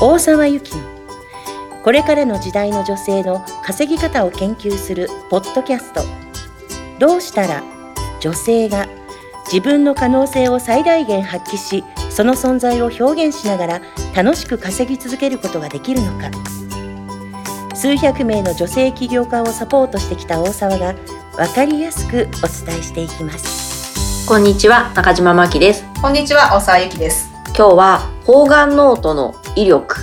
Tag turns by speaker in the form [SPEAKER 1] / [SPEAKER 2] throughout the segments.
[SPEAKER 1] 大沢由紀のこれからの時代の女性の稼ぎ方を研究するポッドキャストどうしたら女性が自分の可能性を最大限発揮しその存在を表現しながら楽しく稼ぎ続けることができるのか数百名の女性起業家をサポートしてきた大沢が分かりやすくお伝えしていきます
[SPEAKER 2] こんにちは中島真希です
[SPEAKER 3] こんにちは、大沢ゆきです。
[SPEAKER 2] 今日は方眼ノートの威力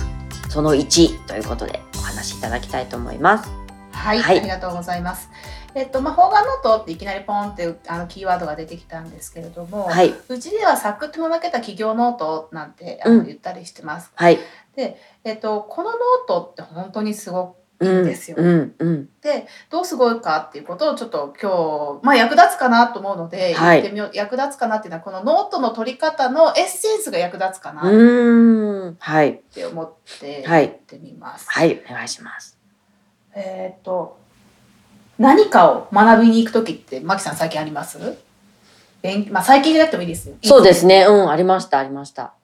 [SPEAKER 2] その1ということでお話しいただきたいと思います
[SPEAKER 3] はい、
[SPEAKER 2] はい
[SPEAKER 3] ありがとうございます。えっと、まあ、方眼ノートっていきなりポンってあのキーワードが出てきたんですけれども、
[SPEAKER 2] はいう
[SPEAKER 3] ちではサクッともまけた企業ノートなんてあの、
[SPEAKER 2] うん
[SPEAKER 3] 言ったりしてます。
[SPEAKER 2] はい
[SPEAKER 3] えっと、このノートって本当にすご
[SPEAKER 2] う
[SPEAKER 3] いん
[SPEAKER 2] ん
[SPEAKER 3] ですよ。
[SPEAKER 2] うんうん
[SPEAKER 3] で、どうすごいかっていうことをちょっと今日、まあ、役立つかなと思うので、
[SPEAKER 2] はい
[SPEAKER 3] 言ってみよう。役立つかなっていうのは、このノートの取り方のエッセンスが役立つか
[SPEAKER 2] う
[SPEAKER 3] なっ
[SPEAKER 2] ーんはい
[SPEAKER 3] て思って
[SPEAKER 2] はい
[SPEAKER 3] やってみます。
[SPEAKER 2] はいお願いします
[SPEAKER 3] えーっと何かを学びに行く時ってマキさん最近あります勉まあ、最近じゃなくてもいいですよ
[SPEAKER 2] そうですねうんありましたありました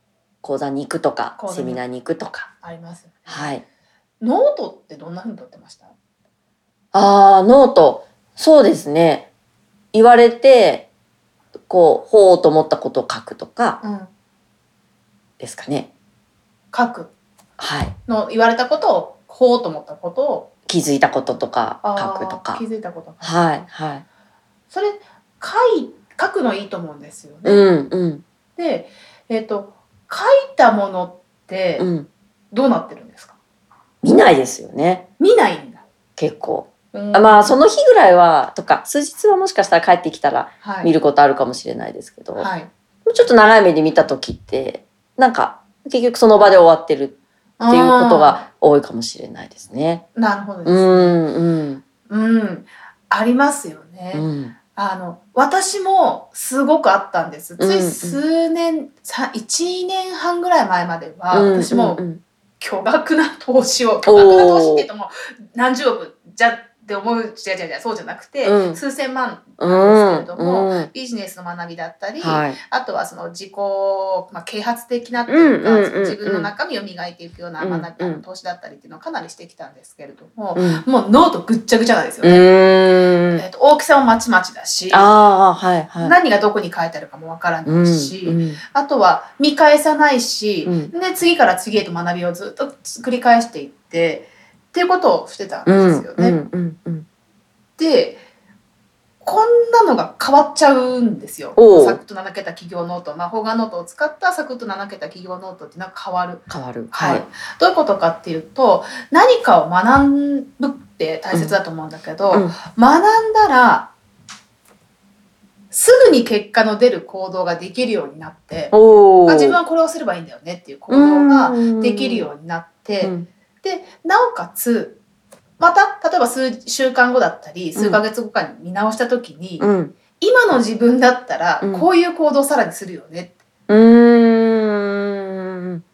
[SPEAKER 2] 講座に行くとか
[SPEAKER 3] 講座に
[SPEAKER 2] セミナーに行くとか
[SPEAKER 3] あります
[SPEAKER 2] はい
[SPEAKER 3] ノートってどんな風に取ってました
[SPEAKER 2] あーノートそうですね言われてこうほうと思ったことを書くとか
[SPEAKER 3] うん
[SPEAKER 2] ですかね
[SPEAKER 3] 書く
[SPEAKER 2] はい
[SPEAKER 3] の言われたことをこうと思ったことを
[SPEAKER 2] 気づいたこととか
[SPEAKER 3] あー
[SPEAKER 2] 書くとか
[SPEAKER 3] 気づいたこと
[SPEAKER 2] はいはい
[SPEAKER 3] それ書い書くのいいと思うんですよね、
[SPEAKER 2] うんうん
[SPEAKER 3] でえーっと書いたものって
[SPEAKER 2] うん
[SPEAKER 3] どうなってるんですか
[SPEAKER 2] 見ないですよね
[SPEAKER 3] 見ないんだ、
[SPEAKER 2] 結構
[SPEAKER 3] うん
[SPEAKER 2] あまあその日ぐらいはとか数日はもしかしたら帰ってきたら
[SPEAKER 3] はい、
[SPEAKER 2] 見ることあるかもしれないですけど、
[SPEAKER 3] はい
[SPEAKER 2] もうちょっと長い目で見た時ってなんか結局その場で終わってるっていう
[SPEAKER 3] あー
[SPEAKER 2] ことが多いかもしれないですね。
[SPEAKER 3] なるほどで
[SPEAKER 2] う
[SPEAKER 3] すね、
[SPEAKER 2] んうん
[SPEAKER 3] うん、ありますよね。
[SPEAKER 2] うん
[SPEAKER 3] あの私もすごくあったんです。つ
[SPEAKER 2] うんう
[SPEAKER 3] い
[SPEAKER 2] ん
[SPEAKER 3] 数年、さ一年半ぐらい前までは、
[SPEAKER 2] うん
[SPEAKER 3] 私も
[SPEAKER 2] うんうん
[SPEAKER 3] 巨額な投資を巨額な投資って言っても何十億じゃって思うじゃじゃじゃそうじゃなくて、
[SPEAKER 2] うん
[SPEAKER 3] 数千万
[SPEAKER 2] うん
[SPEAKER 3] ですけれども
[SPEAKER 2] うん
[SPEAKER 3] ビジネスの学びだったり、
[SPEAKER 2] はい
[SPEAKER 3] あとはその自己、まあ、啓発的なっていうか、
[SPEAKER 2] うんうんうんうん
[SPEAKER 3] 自分の中身を磨いていくような学び、あ
[SPEAKER 2] うんう
[SPEAKER 3] の
[SPEAKER 2] ん
[SPEAKER 3] 投資だったりっていうのをかなりしてきたんですけれども、
[SPEAKER 2] うん
[SPEAKER 3] もうノートぐっちゃぐちゃなんですよ、
[SPEAKER 2] うーん
[SPEAKER 3] えっと大きさもまちまちだし。
[SPEAKER 2] ああはいはい。
[SPEAKER 3] 何がどこに書いてあるかもわから
[SPEAKER 2] う
[SPEAKER 3] なんいし、
[SPEAKER 2] うん
[SPEAKER 3] あとは見返さないし、
[SPEAKER 2] うん
[SPEAKER 3] で次から次へと学びをずっと繰り返していってっていうことをしてたんですよね。
[SPEAKER 2] うんうんうんうん
[SPEAKER 3] でこんなのが変わっちゃうんですよ
[SPEAKER 2] おう。
[SPEAKER 3] サクッと7桁企業ノート、まあ、方眼ノートを使ったサクッと7桁企業ノートってなんか変わる。
[SPEAKER 2] 変わる。
[SPEAKER 3] はい、どういうことかっていうと何かを学ぶって大切だと思うんだけど、
[SPEAKER 2] うんうん
[SPEAKER 3] 学んだらすぐに結果の出る行動ができるようになって
[SPEAKER 2] お
[SPEAKER 3] あ
[SPEAKER 2] ー
[SPEAKER 3] 自分はこれをすればいいんだよねっていう行動ができるようになって、
[SPEAKER 2] うん
[SPEAKER 3] でなおかつまた例えば数週間後だったり数ヶ月後かに見直した時に、
[SPEAKER 2] うん
[SPEAKER 3] 今の自分だったら
[SPEAKER 2] うん
[SPEAKER 3] こういう行動をさらにするよねって
[SPEAKER 2] うーん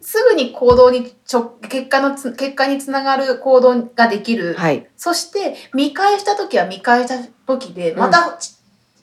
[SPEAKER 3] すぐに行動にちょ結果のつ結果につながる行動ができる、
[SPEAKER 2] はい
[SPEAKER 3] そして見返した時は見返した時で
[SPEAKER 2] うん
[SPEAKER 3] また、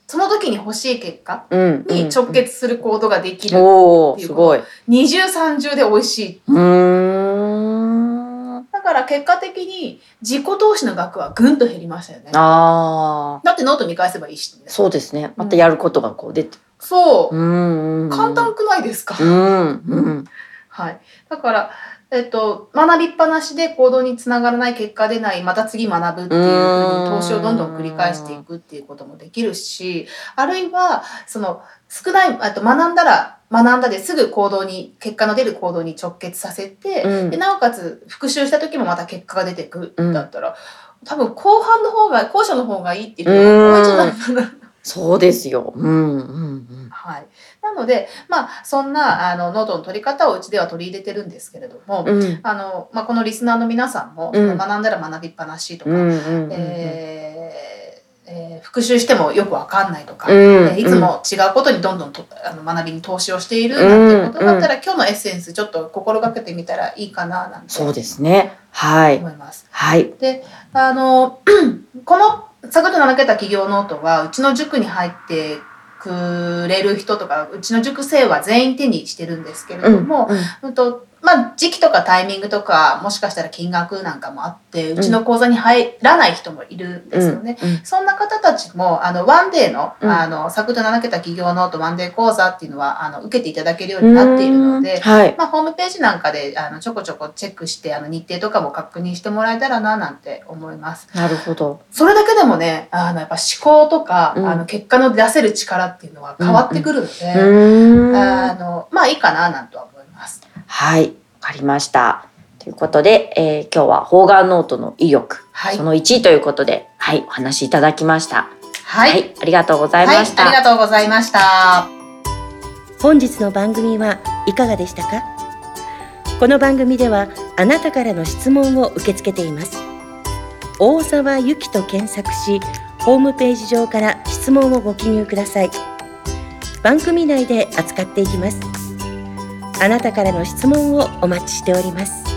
[SPEAKER 3] その時に欲しい結果
[SPEAKER 2] うん
[SPEAKER 3] に直結する行動ができる、
[SPEAKER 2] おお
[SPEAKER 3] ってい
[SPEAKER 2] す
[SPEAKER 3] う
[SPEAKER 2] ご
[SPEAKER 3] こ
[SPEAKER 2] い。う
[SPEAKER 3] 二重三重で美味しい
[SPEAKER 2] ーんあ
[SPEAKER 3] だから結果的に自己投資の額はぐんと減りましたよねだ
[SPEAKER 2] あ
[SPEAKER 3] ってノート見返せばいいし
[SPEAKER 2] ーそうですね。またやることがこう出て。
[SPEAKER 3] そう、
[SPEAKER 2] うんうん
[SPEAKER 3] 簡単。くないですか、
[SPEAKER 2] うんうん
[SPEAKER 3] はい、だから、えっと、学びっぱなしで行動につながらない結果出ないまた次学ぶっていうふうに投資をどんどん繰り返していくっていうこともできるしあるいはその少ないあと学んだら学んだですぐ行動に結果の出る行動に直結させて、
[SPEAKER 2] うん
[SPEAKER 3] でなおかつ復習した時もまた結果が出てく
[SPEAKER 2] うん
[SPEAKER 3] だったら、多分後半の方が後者の方がいいっていうふうに思えちゃうな
[SPEAKER 2] そうですよ。うんうん
[SPEAKER 3] はい、なので、まあ、そんなあのノートの取り方をうちでは取り入れてるんですけれども、
[SPEAKER 2] うんうん
[SPEAKER 3] あのまあ、このリスナーの皆さんも、
[SPEAKER 2] うん
[SPEAKER 3] その学んだら学びっぱなしとか、
[SPEAKER 2] うんうんうん
[SPEAKER 3] えーえー復習してもよくわかんないとか、
[SPEAKER 2] うん
[SPEAKER 3] えーいつも違うことにどんどんとあの学びに投資をしているなんてことだったら、今日のエッセンスちょっと心がけてみたらいいかななんて
[SPEAKER 2] そうですね。はい
[SPEAKER 3] 思います。
[SPEAKER 2] はい。
[SPEAKER 3] あのこのサクッと7桁企業ノートはうちの塾に入ってくれる人とかうちの塾生は全員手にしてるんですけれども、
[SPEAKER 2] うん
[SPEAKER 3] うんとまあ、時期とかタイミングとかもしかしたら金額なんかもあってうちの口座に入らない人もいるんですよね。
[SPEAKER 2] うん
[SPEAKER 3] そんな方たちもあのワンデーの,、
[SPEAKER 2] うん
[SPEAKER 3] あのサクッと7桁企業ノートワンデー講座っていうのはあの受けていただけるようになっているの
[SPEAKER 2] うーん
[SPEAKER 3] で。
[SPEAKER 2] はい。
[SPEAKER 3] まあ、ホームページなんかであのちょこちょこチェックしてあの日程とかも確認してもらえたらななんて思います。
[SPEAKER 2] なるほど。
[SPEAKER 3] それだけでもねあのやっぱ思考とか、
[SPEAKER 2] うん
[SPEAKER 3] あの結果の出せる力っていうのは変わってくるの
[SPEAKER 2] う
[SPEAKER 3] で、
[SPEAKER 2] ー
[SPEAKER 3] あ
[SPEAKER 2] ん。
[SPEAKER 3] のまあいいかななんとは思います。
[SPEAKER 2] はい。わかりました。ということで、えー今日は方眼ノートの威力、
[SPEAKER 3] はい
[SPEAKER 2] その1位ということで、はい、お話しいただきました。
[SPEAKER 3] はい、はい、
[SPEAKER 2] ありがとうございました。
[SPEAKER 3] ありがとうございました。
[SPEAKER 1] 本日の番組はいかがでしたかこの番組ではあなたからの質問を受け付けています大沢由紀と検索しホームページ上から質問をご記入ください番組内で扱っていきますあなたからの質問をお待ちしております